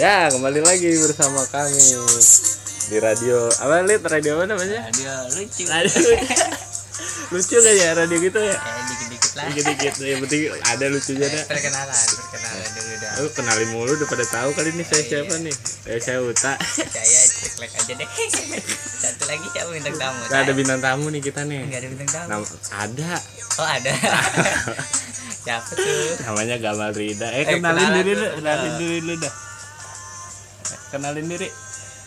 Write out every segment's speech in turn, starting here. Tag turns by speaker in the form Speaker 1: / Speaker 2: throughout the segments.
Speaker 1: Ya, kembali lagi bersama kami di radio apa Lit? radio apa namanya?
Speaker 2: radio lucu
Speaker 1: Radio lucu kan ya radio gitu ya?
Speaker 2: kayak dikit-dikit lah
Speaker 1: Dikit-dikit ya penting ada lucunya dah.
Speaker 2: perkenalan perkenalan dulu dah
Speaker 1: Aku kenalin mulu udah pada tahu kali ini saya
Speaker 2: Iya.
Speaker 1: siapa nih? Eh, saya Uta.
Speaker 2: saya ceklek aja deh satu lagi siapa bintang tamu
Speaker 1: Nah, ada
Speaker 2: Saya?
Speaker 1: bintang tamu nih kita nih.
Speaker 2: nggak ada bintang tamu
Speaker 1: Nam- ada
Speaker 2: oh ada siapa tuh
Speaker 1: namanya Gamal Rida. Eh,
Speaker 2: Eh,
Speaker 1: kenalin
Speaker 2: kenalan
Speaker 1: diri
Speaker 2: dulu.
Speaker 1: lu, kenalin diri lu dah. Kenalin diri.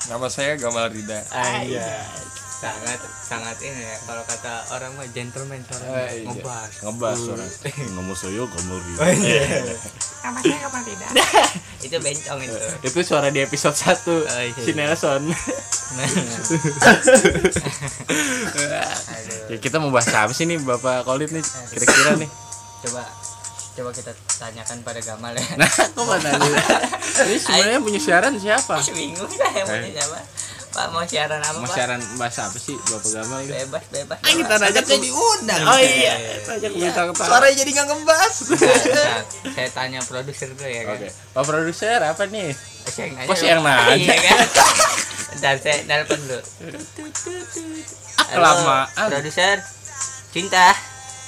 Speaker 3: Nama saya Gamal Rida.
Speaker 1: Aja.
Speaker 2: Iya. sangat sangat ini ya kalau kata orang mah gentleman seorang
Speaker 1: Eh, iya. Oh,
Speaker 2: ngebahas
Speaker 3: Ngebahas orang. Ngomong saya Gamal Rida.
Speaker 1: iya.
Speaker 2: sama saya kapan tidak itu bencong itu
Speaker 1: Itu suara di episode 1
Speaker 2: Oh, iya.
Speaker 1: Si Nelson.
Speaker 2: Aduh.
Speaker 1: Ya kita mau bahas apa sih nih Bapak Kolit nih kira-kira nih.
Speaker 2: coba coba kita tanyakan pada Gamal ya
Speaker 1: Nah, kok mana nih? Ini sebenarnya punya siaran siapa?
Speaker 2: bingung saya mau
Speaker 1: Eh.
Speaker 2: siapa pak mau siaran apa
Speaker 1: Mau
Speaker 2: pak
Speaker 1: siaran bahas apa sih Bapak Gamal ini?
Speaker 2: bebas bebas
Speaker 1: Ah, kita
Speaker 2: Bebas.
Speaker 1: ajak
Speaker 2: Saya
Speaker 1: ke-
Speaker 2: diundang
Speaker 1: Oh iya, banyak bintang tamu.
Speaker 3: jadi nggak ngebas.
Speaker 2: Bentar, saya tanya produser dulu ya kan
Speaker 1: Oke, Pak produser apa nih?
Speaker 2: saya nanya
Speaker 1: Kok saya yang nanya?
Speaker 2: Iya kan dan saya telepon dulu Halo,
Speaker 1: Kelamaan.
Speaker 2: produser cinta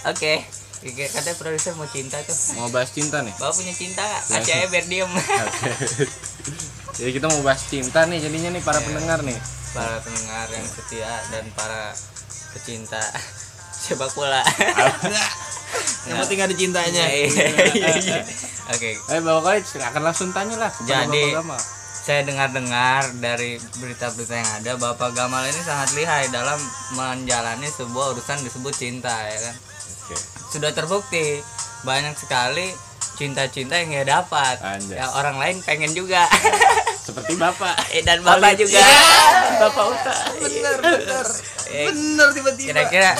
Speaker 2: oke Oke, katanya produser mau cinta tuh
Speaker 1: Mau bahas cinta nih.
Speaker 2: bapak punya cinta
Speaker 1: Ya.
Speaker 2: nggak aja biar diem
Speaker 1: Oke. Jadi kita mau bahas cinta nih jadinya nih para pendengar nih.
Speaker 2: para pendengar yang setia dan para pecinta sepak bola yang penting ada cintanya iya, oke
Speaker 1: Eh Bapak Kolit silakan langsung tanya lah kepada
Speaker 2: Jadi,
Speaker 1: Bapak Gamal.
Speaker 2: saya dengar-dengar dari berita-berita yang ada Bapak Gamal ini sangat lihai dalam menjalani sebuah urusan disebut cinta ya kan. Sudah terbukti banyak sekali cinta-cinta yang dia dapat.
Speaker 1: Anjas.
Speaker 2: Ya, orang lain pengen juga.
Speaker 1: Seperti Bapak.
Speaker 2: Eh, Dan Bapak juga.
Speaker 1: Bapak Uta.
Speaker 3: Bener bener.
Speaker 2: Eh,
Speaker 3: Bener tiba-tiba.
Speaker 2: Kira-kira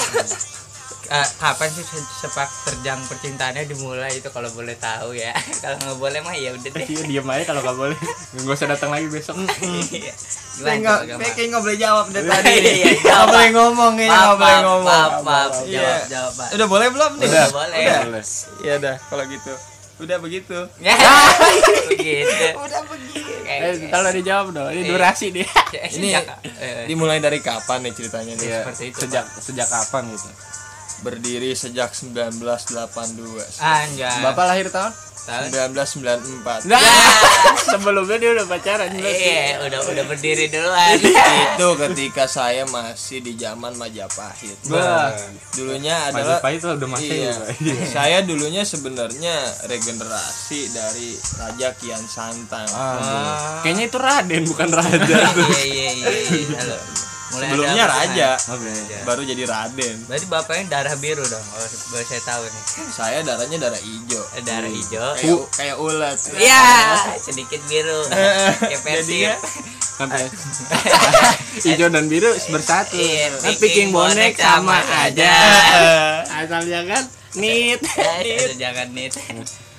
Speaker 2: eh, kapan sih se- sepak terjang percintaannya dimulai itu kalau boleh tahu ya. Kalau nggak boleh mah ya udah deh.
Speaker 1: Iya diam aja kalau nggak boleh. Nggak usah datang lagi besok.
Speaker 2: Iya.
Speaker 3: Saya
Speaker 2: Gimana
Speaker 3: nggak,
Speaker 2: tuh, Gamal?
Speaker 3: saya kayak nggak boleh jawab dari tadi.
Speaker 2: Iya, iya,
Speaker 3: Nggak
Speaker 2: jawab.
Speaker 3: boleh ngomong ya,
Speaker 2: Maaf,
Speaker 3: nggak boleh
Speaker 2: maaf,
Speaker 3: ngomong.
Speaker 2: maaf, maaf.
Speaker 1: Maaf,
Speaker 3: iya.
Speaker 2: Jawab, jawab, Pak.
Speaker 3: Udah boleh belum nih?
Speaker 2: Udah boleh.
Speaker 3: Udah.
Speaker 1: Boleh.
Speaker 3: Iya dah, kalau gitu. Udah begitu.
Speaker 2: Ya. Begitu.
Speaker 3: Udah begitu.
Speaker 1: Eh,
Speaker 2: Kayak-
Speaker 1: kalau dijawab dong. Ini
Speaker 2: Iya.
Speaker 1: durasi dia.
Speaker 2: kayak
Speaker 3: Ini-
Speaker 2: sejak- eh,
Speaker 3: Dimulai dari kapan nih ceritanya nih?
Speaker 1: Iya,
Speaker 2: seperti itu,
Speaker 1: sejak sejak kapan gitu?
Speaker 3: Berdiri sejak 1982.
Speaker 2: anjay.
Speaker 1: Bapak lahir tahun?
Speaker 2: Ah. Tahun-
Speaker 3: 1994.
Speaker 1: Nah, sebelumnya dia udah pacaran
Speaker 2: Iya, udah udah berdiri duluan.
Speaker 3: itu ketika saya masih di zaman Majapahit.
Speaker 1: Bah,
Speaker 3: Dulunya adalah
Speaker 1: Majapahit itu udah masih
Speaker 3: iya.
Speaker 1: Nah, Iya.
Speaker 3: Saya dulunya sebenarnya regenerasi dari Raja Kian Santang.
Speaker 1: Aduh. Kayaknya itu Raden bukan Raja.
Speaker 2: Oh. Iya, iya, iya. iya. Lalu, mulai ada
Speaker 3: Sebelumnya
Speaker 2: apa-apa.
Speaker 3: Raja,
Speaker 1: Oke.
Speaker 3: baru jadi Raden.
Speaker 2: Berarti bapaknya darah biru dong. Kalau boleh saya tahu nih.
Speaker 3: Saya darahnya darah hijau.
Speaker 2: Eh, Darah hijau.
Speaker 1: gitu.
Speaker 3: Kayak, kayak ulat.
Speaker 2: Iya, sedikit biru. Kayak
Speaker 3: Jadinya
Speaker 2: persib.
Speaker 1: Sampai hijau dan biru bersatu.
Speaker 2: Iya,
Speaker 1: Kan picking bonek sama aja. Iya. Asalnya kan nit.
Speaker 2: Eh, aduh, jangan nih.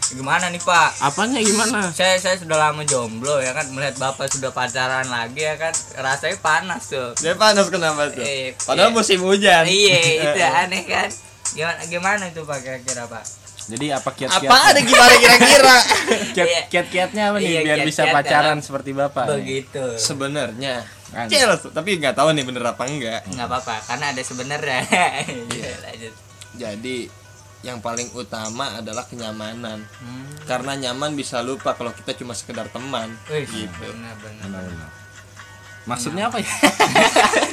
Speaker 2: Gimana nih, Pak?
Speaker 1: Apanya gimana?
Speaker 2: saya saya sudah lama jomblo ya kan melihat bapak sudah pacaran lagi ya kan rasanya panas tuh
Speaker 3: Dia panas kenapa tuh?
Speaker 2: Eh,
Speaker 3: Padahal
Speaker 2: iya.
Speaker 3: musim hujan.
Speaker 2: iya itu aneh kan gimana gimana itu pak kira-kira pak
Speaker 1: Jadi apa kiat-kiat?
Speaker 3: Apa ada gimana kira-kira?
Speaker 2: Iya.
Speaker 1: Kiat, kiatnya apa nih
Speaker 2: Iya,
Speaker 1: biar bisa
Speaker 2: kiat-kiat
Speaker 1: pacaran seperti bapak? nih?
Speaker 2: begitu
Speaker 3: sebenarnya
Speaker 1: Kan.
Speaker 3: Cel, tapi nggak tahu nih bener apa enggak.
Speaker 2: nggak apa-apa karena ada sebenarnya Iya, lanjut
Speaker 3: Jadi yang paling utama adalah kenyamanan.
Speaker 2: hmm.
Speaker 3: Karena nyaman bisa lupa kalau kita cuma sekedar teman.
Speaker 2: Wih,
Speaker 3: Gitu.
Speaker 2: benar benar
Speaker 1: Iya. Maksudnya apa ya?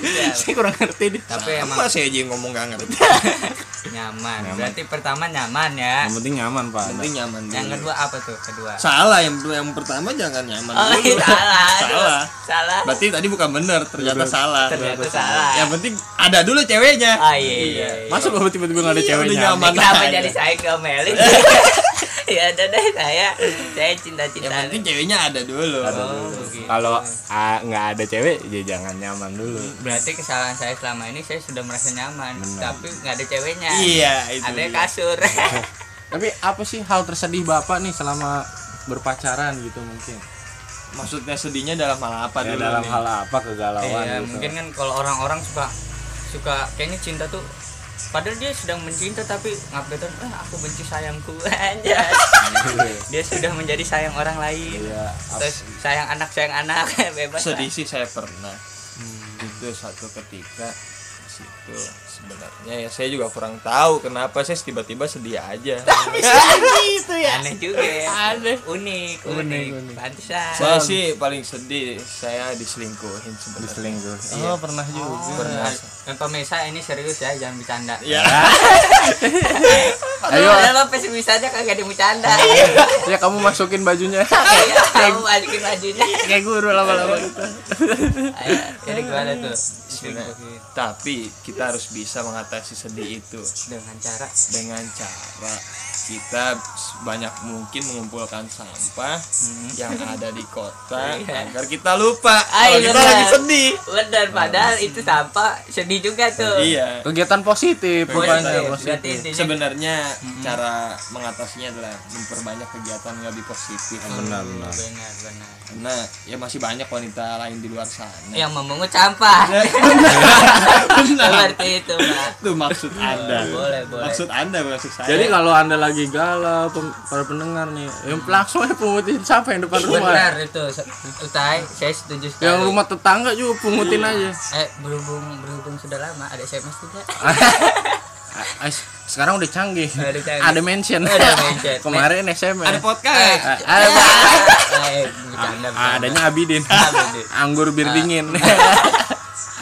Speaker 2: Iya.
Speaker 1: Saya kurang ngerti deh.
Speaker 2: tapi emang
Speaker 3: Apa saya aja yang ngomong nggak ngerti?
Speaker 2: nyaman berarti pertama nyaman ya
Speaker 1: Yang penting nyaman pak.
Speaker 3: Penting nyaman dulu.
Speaker 2: yang kedua apa tuh kedua
Speaker 3: Salah yang yang pertama jangan nyaman
Speaker 2: oh
Speaker 3: dulu.
Speaker 2: salah
Speaker 3: Salah.
Speaker 2: salah
Speaker 3: Berarti tadi bukan bener, ternyata salah.
Speaker 2: ternyata salah
Speaker 3: Yang penting ada dulu ceweknya.
Speaker 2: ah iya, iya, iya.
Speaker 1: Masa bapak Nah. tiba-tiba nggak ada
Speaker 3: Iya,
Speaker 1: cewek
Speaker 3: udah
Speaker 1: nyaman?
Speaker 3: nyaman.
Speaker 2: Kenapa
Speaker 3: aja.
Speaker 2: jadi saya ngomelin? ya udah deh saya saya
Speaker 3: Yang
Speaker 2: cinta-cinta.
Speaker 3: penting ceweknya ada dulu.
Speaker 2: Oh, begitu.
Speaker 1: Kalau ah, nggak ada cewek, ya jangan nyaman dulu.
Speaker 2: Berarti kesalahan saya selama ini saya sudah merasa nyaman,
Speaker 1: Benar.
Speaker 2: tapi nggak ada ceweknya.
Speaker 3: Iya, itu.
Speaker 2: Ada
Speaker 3: dia.
Speaker 2: kasur.
Speaker 1: Tapi apa sih hal tersedih bapak nih selama berpacaran gitu mungkin?
Speaker 3: Maksudnya sedihnya dalam hal apa
Speaker 1: Ya,
Speaker 3: dulu?
Speaker 1: dalam
Speaker 3: nih?
Speaker 1: hal apa kegalauan
Speaker 2: Iya,
Speaker 1: gitu?
Speaker 2: mungkin kan kalau orang-orang suka suka kayaknya cinta tuh Padahal dia sedang mencinta tapi update eh aku benci sayangku aja. dia sudah menjadi sayang orang lain.
Speaker 1: Iya,
Speaker 2: Terus sayang anak sayang anak bebas. lah.
Speaker 3: sedih sih saya pernah
Speaker 2: Hmm.
Speaker 3: itu satu ketika di situ sebenarnya ya saya juga kurang tahu kenapa saya tiba-tiba sedih aja
Speaker 2: Itu ya. Aneh juga ya. Unik, unik.
Speaker 1: unik.
Speaker 2: Pantesan.
Speaker 3: saya sih paling sedih saya diselingkuhin sebenarnya
Speaker 1: diselingkuh.
Speaker 3: Iya.
Speaker 1: Oh, pernah juga.
Speaker 3: pernah
Speaker 2: Dan pemirsa ini serius ya, jangan bercanda.
Speaker 3: ya
Speaker 1: Ayo.
Speaker 2: Padahal lo pesimis aja kagak ada yang bercanda.
Speaker 1: Ya kamu masukin bajunya.
Speaker 2: Iya, Kamu balikin bajunya.
Speaker 1: Kayak guru lama-lama gitu.
Speaker 2: Ayo, Jadi gimana tuh? Diselingkuhin.
Speaker 3: tapi kita harus bisa mengatasi sedih itu
Speaker 2: Dengan cara
Speaker 3: dengan cara kita banyak mungkin mengumpulkan sampah yang ada di kota
Speaker 2: Hmm. Iya.
Speaker 3: agar kita lupa
Speaker 2: Ay,
Speaker 3: kalau kita
Speaker 2: benar.
Speaker 3: lagi sedih
Speaker 2: Bener, padahal itu sampah sedih juga tuh.
Speaker 3: iya
Speaker 1: Kegiatan positif,
Speaker 3: Kegiatan
Speaker 1: bukannya
Speaker 3: positif.
Speaker 2: Berarti
Speaker 1: positif.
Speaker 2: intinya
Speaker 3: sebenarnya cara mengatasinya adalah memperbanyak kegiatan yang lebih positif
Speaker 1: Benar, benar.
Speaker 2: benar benar.
Speaker 3: karena ya masih banyak wanita lain di luar sana
Speaker 2: Yang memungut sampah.
Speaker 3: benar
Speaker 2: Seperti itu, Pak.
Speaker 3: itu maksud anda
Speaker 2: Boleh, boleh.
Speaker 3: maksud anda bukan maksud saya
Speaker 1: Jadi kalau anda lagi galau, pem- para pendengar nih, yang langsung aja pungutin sampah yang depan rumah.
Speaker 2: Benar itu. Utai, saya setuju sekali.
Speaker 1: Yang rumah tetangga juga pungutin aja.
Speaker 2: Eh, berhubung berhubung sudah lama ada SMS juga.
Speaker 1: Ah, Sekarang udah canggih.
Speaker 2: Ada canggih.
Speaker 1: Ada mention.
Speaker 2: Ada mention.
Speaker 1: Kemarin SMS.
Speaker 3: ada podcast
Speaker 1: Ah, ada-
Speaker 2: Eh, bercanda. Eh,
Speaker 1: ah,
Speaker 2: bercanda.
Speaker 1: adanya Abidin.
Speaker 2: Abidin. Ah.
Speaker 1: Anggur bir dingin.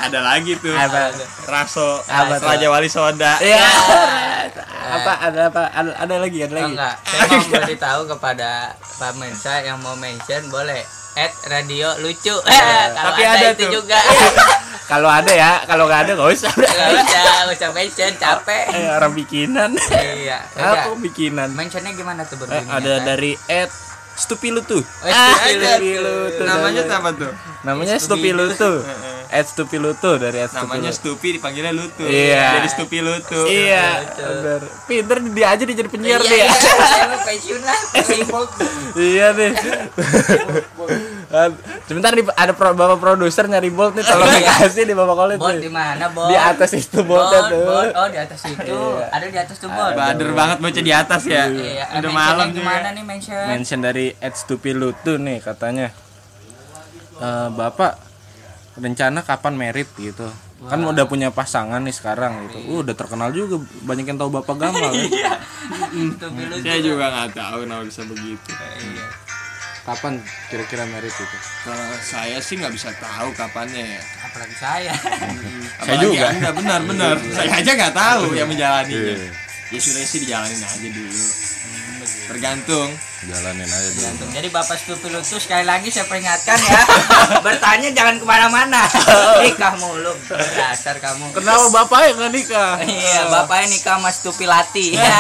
Speaker 3: ada lagi tuh
Speaker 1: Apa?
Speaker 3: raso
Speaker 1: Apa tuh?
Speaker 3: raja wali soda
Speaker 1: Iya. Apa ada apa ada, ada lagi ada
Speaker 2: Oh,
Speaker 1: lagi.
Speaker 2: enggak, saya mau memberitahu kepada Pak Mensa yang mau mention boleh at radio lucu.
Speaker 1: Iya,
Speaker 2: Eh, kalau
Speaker 3: Tapi ada
Speaker 2: itu
Speaker 3: tuh.
Speaker 2: juga.
Speaker 1: Kalau ada ya, kalau nggak ada nggak usah.
Speaker 2: Enggak usah, enggak usah mention capek.
Speaker 1: Eh, orang bikinan.
Speaker 2: Iya. udah.
Speaker 1: Aku bikinan.
Speaker 2: Mentionnya gimana tuh
Speaker 1: Eh,
Speaker 2: berbunyinya?
Speaker 1: ada
Speaker 2: Pak?
Speaker 1: dari Ed Stupilutu.
Speaker 2: Oh, Stupilutu.
Speaker 1: Stupilutu.
Speaker 3: namanya
Speaker 1: dari-
Speaker 3: tuh apa tuh
Speaker 1: namanya Stupilutu. Ed Stupilutu dari Ed
Speaker 3: namanya
Speaker 1: Stupilutu.
Speaker 3: Stupi dipanggilnya Lutu
Speaker 1: Iya.
Speaker 3: jadi Stupi Lutu
Speaker 1: Iya,
Speaker 2: Stupilutu.
Speaker 1: bener. Pinter dia aja dia jadi penyiar
Speaker 2: Iya,
Speaker 1: dia.
Speaker 2: iya, saya mau pensiun lah. Sibuk.
Speaker 1: Iya nih. Ad- Sebentar nih ada pro- bapak produser nyari bolt nih tolong dikasih di bapak kolit
Speaker 2: Bot
Speaker 1: nih.
Speaker 2: di mana, Bot?
Speaker 1: Di atas itu
Speaker 2: Bot,
Speaker 1: boltnya tuh.
Speaker 2: bot. Oh, di atas itu.
Speaker 1: Iya.
Speaker 2: Ada di atas tuh, Bot.
Speaker 3: bader banget baca di atas ya
Speaker 2: Iya,
Speaker 3: udah
Speaker 2: mentionnya
Speaker 3: malam ya.
Speaker 2: gimana
Speaker 3: juga
Speaker 2: nih mention?
Speaker 1: Mention dari Ed Stupilutu nih katanya. "Eh, bapak rencana kapan merit gitu. Kan udah punya pasangan nih sekarang gitu. Uh, udah terkenal juga banyak yang tahu bapak Gamal. kan.
Speaker 2: Itu dulu.
Speaker 3: saya juga nggak tahu kenapa bisa begitu
Speaker 2: Iya.
Speaker 1: Kapan kira-kira merit itu?
Speaker 3: kalau saya sih nggak bisa tahu kapannya ya
Speaker 2: Apalagi saya.
Speaker 1: Saya
Speaker 3: Apalagi
Speaker 1: juga.
Speaker 3: Anda benar benar. saya aja nggak tahu yang menjalaninya.
Speaker 1: Iya.
Speaker 3: Ya sudah sih dijalanin aja dulu.
Speaker 1: Hmm,
Speaker 3: Tergantung.
Speaker 1: Jalanin aja dulu.
Speaker 2: Jadi Bapak Stupilutus sekali lagi saya peringatkan ya Bertanya jangan kemana-mana Nikah mulu Dasar kamu
Speaker 1: Kenapa bapaknya nggak nikah?
Speaker 2: Iya bapaknya nikah sama Stupilati Iya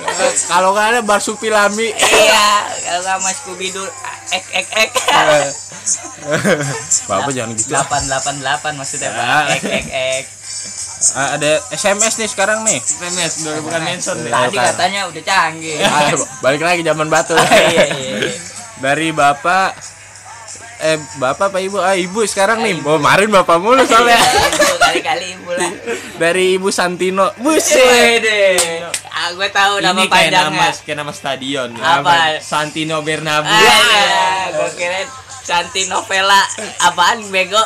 Speaker 1: Eh, Kalau nggak ada Barsupilami.
Speaker 2: Iya Kalau nggak sama Scooby-Doo Ek ek ek
Speaker 3: Eh,
Speaker 1: Bapak jangan gitu.
Speaker 2: 888 maksudnya
Speaker 3: Ya.
Speaker 2: Pak Ek ek ek
Speaker 1: Ah, ada SMS nih sekarang nih.
Speaker 3: SMS udah bukan mention Iya. deh.
Speaker 2: Tadi katanya udah canggih
Speaker 1: Ah, balik lagi zaman batu.
Speaker 2: Iya iya iya.
Speaker 1: Dari Bapak eh Bapak apa Ibu? Ah, Ibu sekarang nih. Oh, kemarin Bapak mulu soalnya.
Speaker 2: Ibu, Kali-kali ibu lah
Speaker 1: Dari Ibu Santino. Buset.
Speaker 2: Wede Ah gue tahu Iya, nama
Speaker 3: Ini kayak nama
Speaker 2: panjangnya
Speaker 3: kayak nama stadion. ya.
Speaker 2: Apa?
Speaker 3: Santino Bernabu.
Speaker 2: Ah, iya, gue kira Santi novela apaan bego.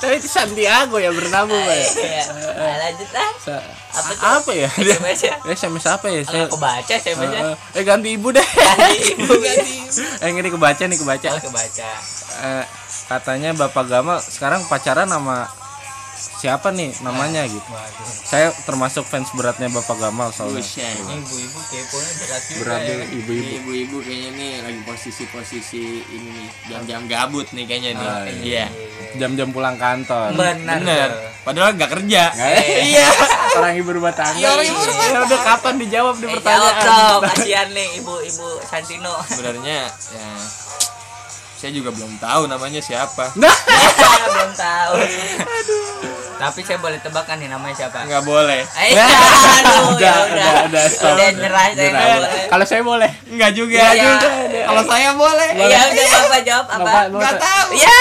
Speaker 1: Tapi itu Santiago ya bernama, Pak.
Speaker 2: Iya. Nah, lanjut ah.
Speaker 1: Sa-
Speaker 2: Apa tuh?
Speaker 1: Apa ya?
Speaker 2: SMS ya?
Speaker 1: SMS apa ya? Saya-
Speaker 2: Kalau kebaca saya baca.
Speaker 1: Eh, eh ganti ibu deh.
Speaker 2: Ibu ganti.
Speaker 1: eh ini kebaca nih kebaca.
Speaker 2: Kalau kebaca.
Speaker 1: Eh, katanya Bapak Gamal sekarang pacaran sama siapa nih namanya
Speaker 2: Iya.
Speaker 1: gitu.
Speaker 2: Waduh.
Speaker 1: Saya termasuk fans beratnya Bapak Gamal soalnya.
Speaker 3: Buset.
Speaker 2: Ibu-ibu keponya berat juga.
Speaker 1: Berat
Speaker 2: ya.
Speaker 3: Iya.
Speaker 1: juga ibu-ibu.
Speaker 3: Ini ibu-ibu kayaknya nih lagi posisi-posisi ini nih jam-jam gabut nih kayaknya nih.
Speaker 1: Ah,
Speaker 3: iya.
Speaker 1: Jam-jam pulang kantor.
Speaker 2: Benar.
Speaker 3: Bener. Padahal nggak kerja.
Speaker 1: Iya. Orang ibu rumah tangga.
Speaker 2: Iya,
Speaker 1: Ya udah kapan dijawab di
Speaker 2: Eh, jawab
Speaker 1: pertanyaan? Nah.
Speaker 2: dong, kasihan nih ibu-ibu Santino.
Speaker 3: Sebenarnya ya saya juga belum tahu namanya siapa.
Speaker 1: Nah,
Speaker 2: Belum tahu. Tapi saya boleh tebak kan nih namanya siapa?
Speaker 3: Nggak boleh.
Speaker 2: Eh, aduh, ya
Speaker 1: udah, udah, udah, stop.
Speaker 2: Udah nyerah saya nggak
Speaker 1: Nyerah.
Speaker 2: boleh.
Speaker 1: Kalau saya boleh.
Speaker 3: Nggak juga.
Speaker 2: Iya.
Speaker 3: Kalau saya boleh.
Speaker 2: Ya udah Bapak jawab apa?
Speaker 1: Bapak,
Speaker 3: Nggak
Speaker 1: Bapak.
Speaker 3: tahu.
Speaker 2: Ya.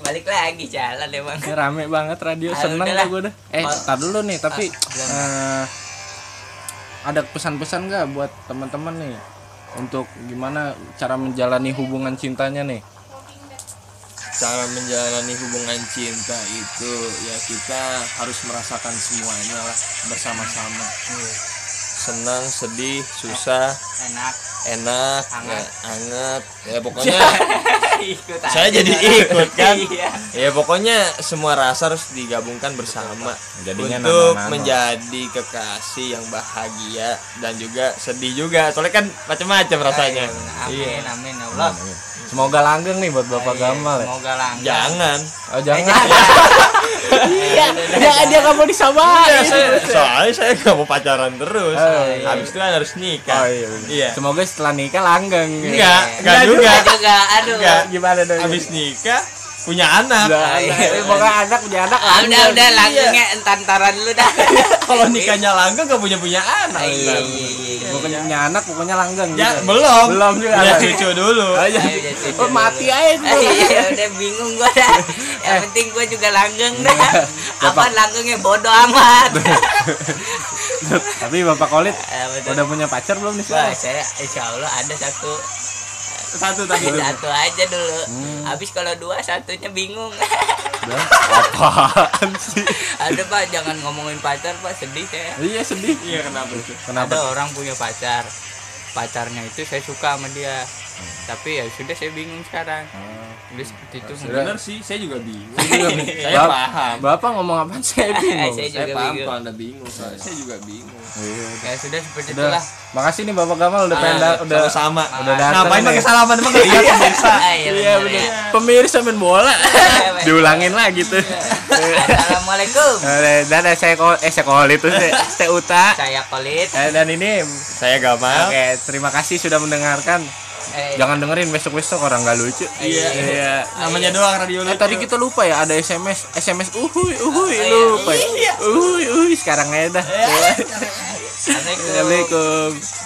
Speaker 2: balik lagi jalan emang
Speaker 1: Ini Ya, rame banget radio
Speaker 2: Ah,
Speaker 1: seneng
Speaker 2: udahlah.
Speaker 1: gue gua dah. Eh,
Speaker 2: Mal-
Speaker 1: tar dulu nih, tapi
Speaker 2: Ah, belum.
Speaker 1: eh, ada pesan-pesan nggak buat teman-teman nih untuk gimana cara menjalani hubungan cintanya nih?
Speaker 3: cara menjalani hubungan cinta itu ya kita harus merasakan semuanya lah bersama-sama senang sedih susah
Speaker 2: enak
Speaker 3: enak
Speaker 2: Hangat.
Speaker 3: ya, anget ya pokoknya
Speaker 2: ikut
Speaker 3: Saya
Speaker 2: aja
Speaker 3: jadi
Speaker 2: orang.
Speaker 3: ikut, kan?
Speaker 2: iya
Speaker 3: ya pokoknya semua rasa harus digabungkan bersama
Speaker 1: Jadinya
Speaker 3: untuk
Speaker 1: nano-nano.
Speaker 3: menjadi kekasih yang bahagia dan juga sedih juga soalnya kan macam-macam rasanya
Speaker 2: amin
Speaker 3: iya
Speaker 2: amin ya Allah
Speaker 1: Semoga langgeng nih buat Bapak
Speaker 2: Iya,
Speaker 1: Gamal ya.
Speaker 2: semoga langgeng
Speaker 3: jangan
Speaker 1: Oh, jangan.
Speaker 2: iya
Speaker 1: Jangan dia nggak mau
Speaker 3: Iya,
Speaker 1: disabahin.
Speaker 3: saya- soalnya saya gak mau pacaran terus
Speaker 1: Oh,
Speaker 2: iya.
Speaker 3: habis itu kan harus nikah
Speaker 1: Oh, iya, bener.
Speaker 3: iya
Speaker 1: Semoga setelah nikah langgeng.
Speaker 3: enggak enggak
Speaker 1: Enggak
Speaker 3: juga
Speaker 2: juga aduh
Speaker 3: Enggak.
Speaker 1: Gimana dong?
Speaker 3: habis nikah punya anak
Speaker 1: Nah,
Speaker 2: iya.
Speaker 1: iya. Pokoknya anak punya anak
Speaker 2: Ah, udah
Speaker 1: langgeng.
Speaker 2: udah langgengnya entantaran dulu dah
Speaker 3: kalau nikahnya langgeng gak punya punya anak
Speaker 2: iya iya iya
Speaker 1: Pokoknya punya anak, pukanya langgeng.
Speaker 3: ya
Speaker 1: gitu.
Speaker 3: belum
Speaker 1: Belum juga
Speaker 3: punya
Speaker 1: anak.
Speaker 3: cucu dulu
Speaker 1: Ayo,
Speaker 2: Ayo, jadi
Speaker 1: oh,
Speaker 2: dulu.
Speaker 1: mati aja dulu.
Speaker 2: Iya, udah bingung gua dah. Yang penting gua juga langgeng dah. Apa langgengnya bodoh amat.
Speaker 1: Tapi Bapak Kolit
Speaker 2: Eh, betul.
Speaker 1: udah punya pacar belum nih
Speaker 2: Wah,
Speaker 1: sekarang?
Speaker 2: saya insya Allah ada satu
Speaker 3: satu tapi dulu
Speaker 2: satu aja dulu. Habis kalau dua satunya bingung.
Speaker 1: Udah. Apaan sih?
Speaker 2: ada pak, jangan ngomongin pacar pak, sedih saya.
Speaker 1: Iya sedih.
Speaker 3: iya kenapa tuh
Speaker 2: Ada
Speaker 1: Kenapa?
Speaker 2: orang punya pacar, pacarnya itu saya suka sama dia. Tapi ya sudah saya bingung sekarang. Udah seperti itu.
Speaker 1: Sudah.
Speaker 3: bener sih saya juga bingung
Speaker 1: Saya
Speaker 3: saya paham
Speaker 1: Bapak ngomong apaan saya bingung.
Speaker 2: Saya
Speaker 3: saya
Speaker 2: juga
Speaker 3: paham
Speaker 2: bingung.
Speaker 3: kalau anda bingung soalnya saya juga bingung
Speaker 1: Iya.
Speaker 2: Ya sudah seperti
Speaker 1: Udah.
Speaker 2: itulah.
Speaker 1: Makasih nih Bapak Gamal udah
Speaker 3: Ah,
Speaker 1: pengen da- udah
Speaker 3: sama
Speaker 1: udah datang.
Speaker 3: ngapain
Speaker 1: nih.
Speaker 3: pakai salaman emang gak lihat pemirsa
Speaker 2: Ah, iya,
Speaker 1: Iya
Speaker 2: bener
Speaker 1: bener.
Speaker 2: ya.
Speaker 1: Pemirsa main bola. Diulangin lagi tuh.
Speaker 2: Iya. Assalamualaikum.
Speaker 1: Eh, Dadah saya kol eh saya Kolit tuh saya, saya Uta.
Speaker 2: Saya Kolit.
Speaker 1: Eh, dan ini
Speaker 3: saya gamal
Speaker 1: Oke, terima kasih sudah mendengarkan.
Speaker 2: Eh,
Speaker 1: Jangan dengerin besok-besok orang nggak lucu.
Speaker 3: iya
Speaker 1: Iya.
Speaker 3: namanya doang radio
Speaker 1: Eh,
Speaker 3: lucu.
Speaker 1: tadi kita lupa ya ada SMS, SMS uhuy uhuy lupa. ya. Uhuy uhuy sekarang aja dah.
Speaker 2: Assalamualaikum.
Speaker 1: Assalamualaikum.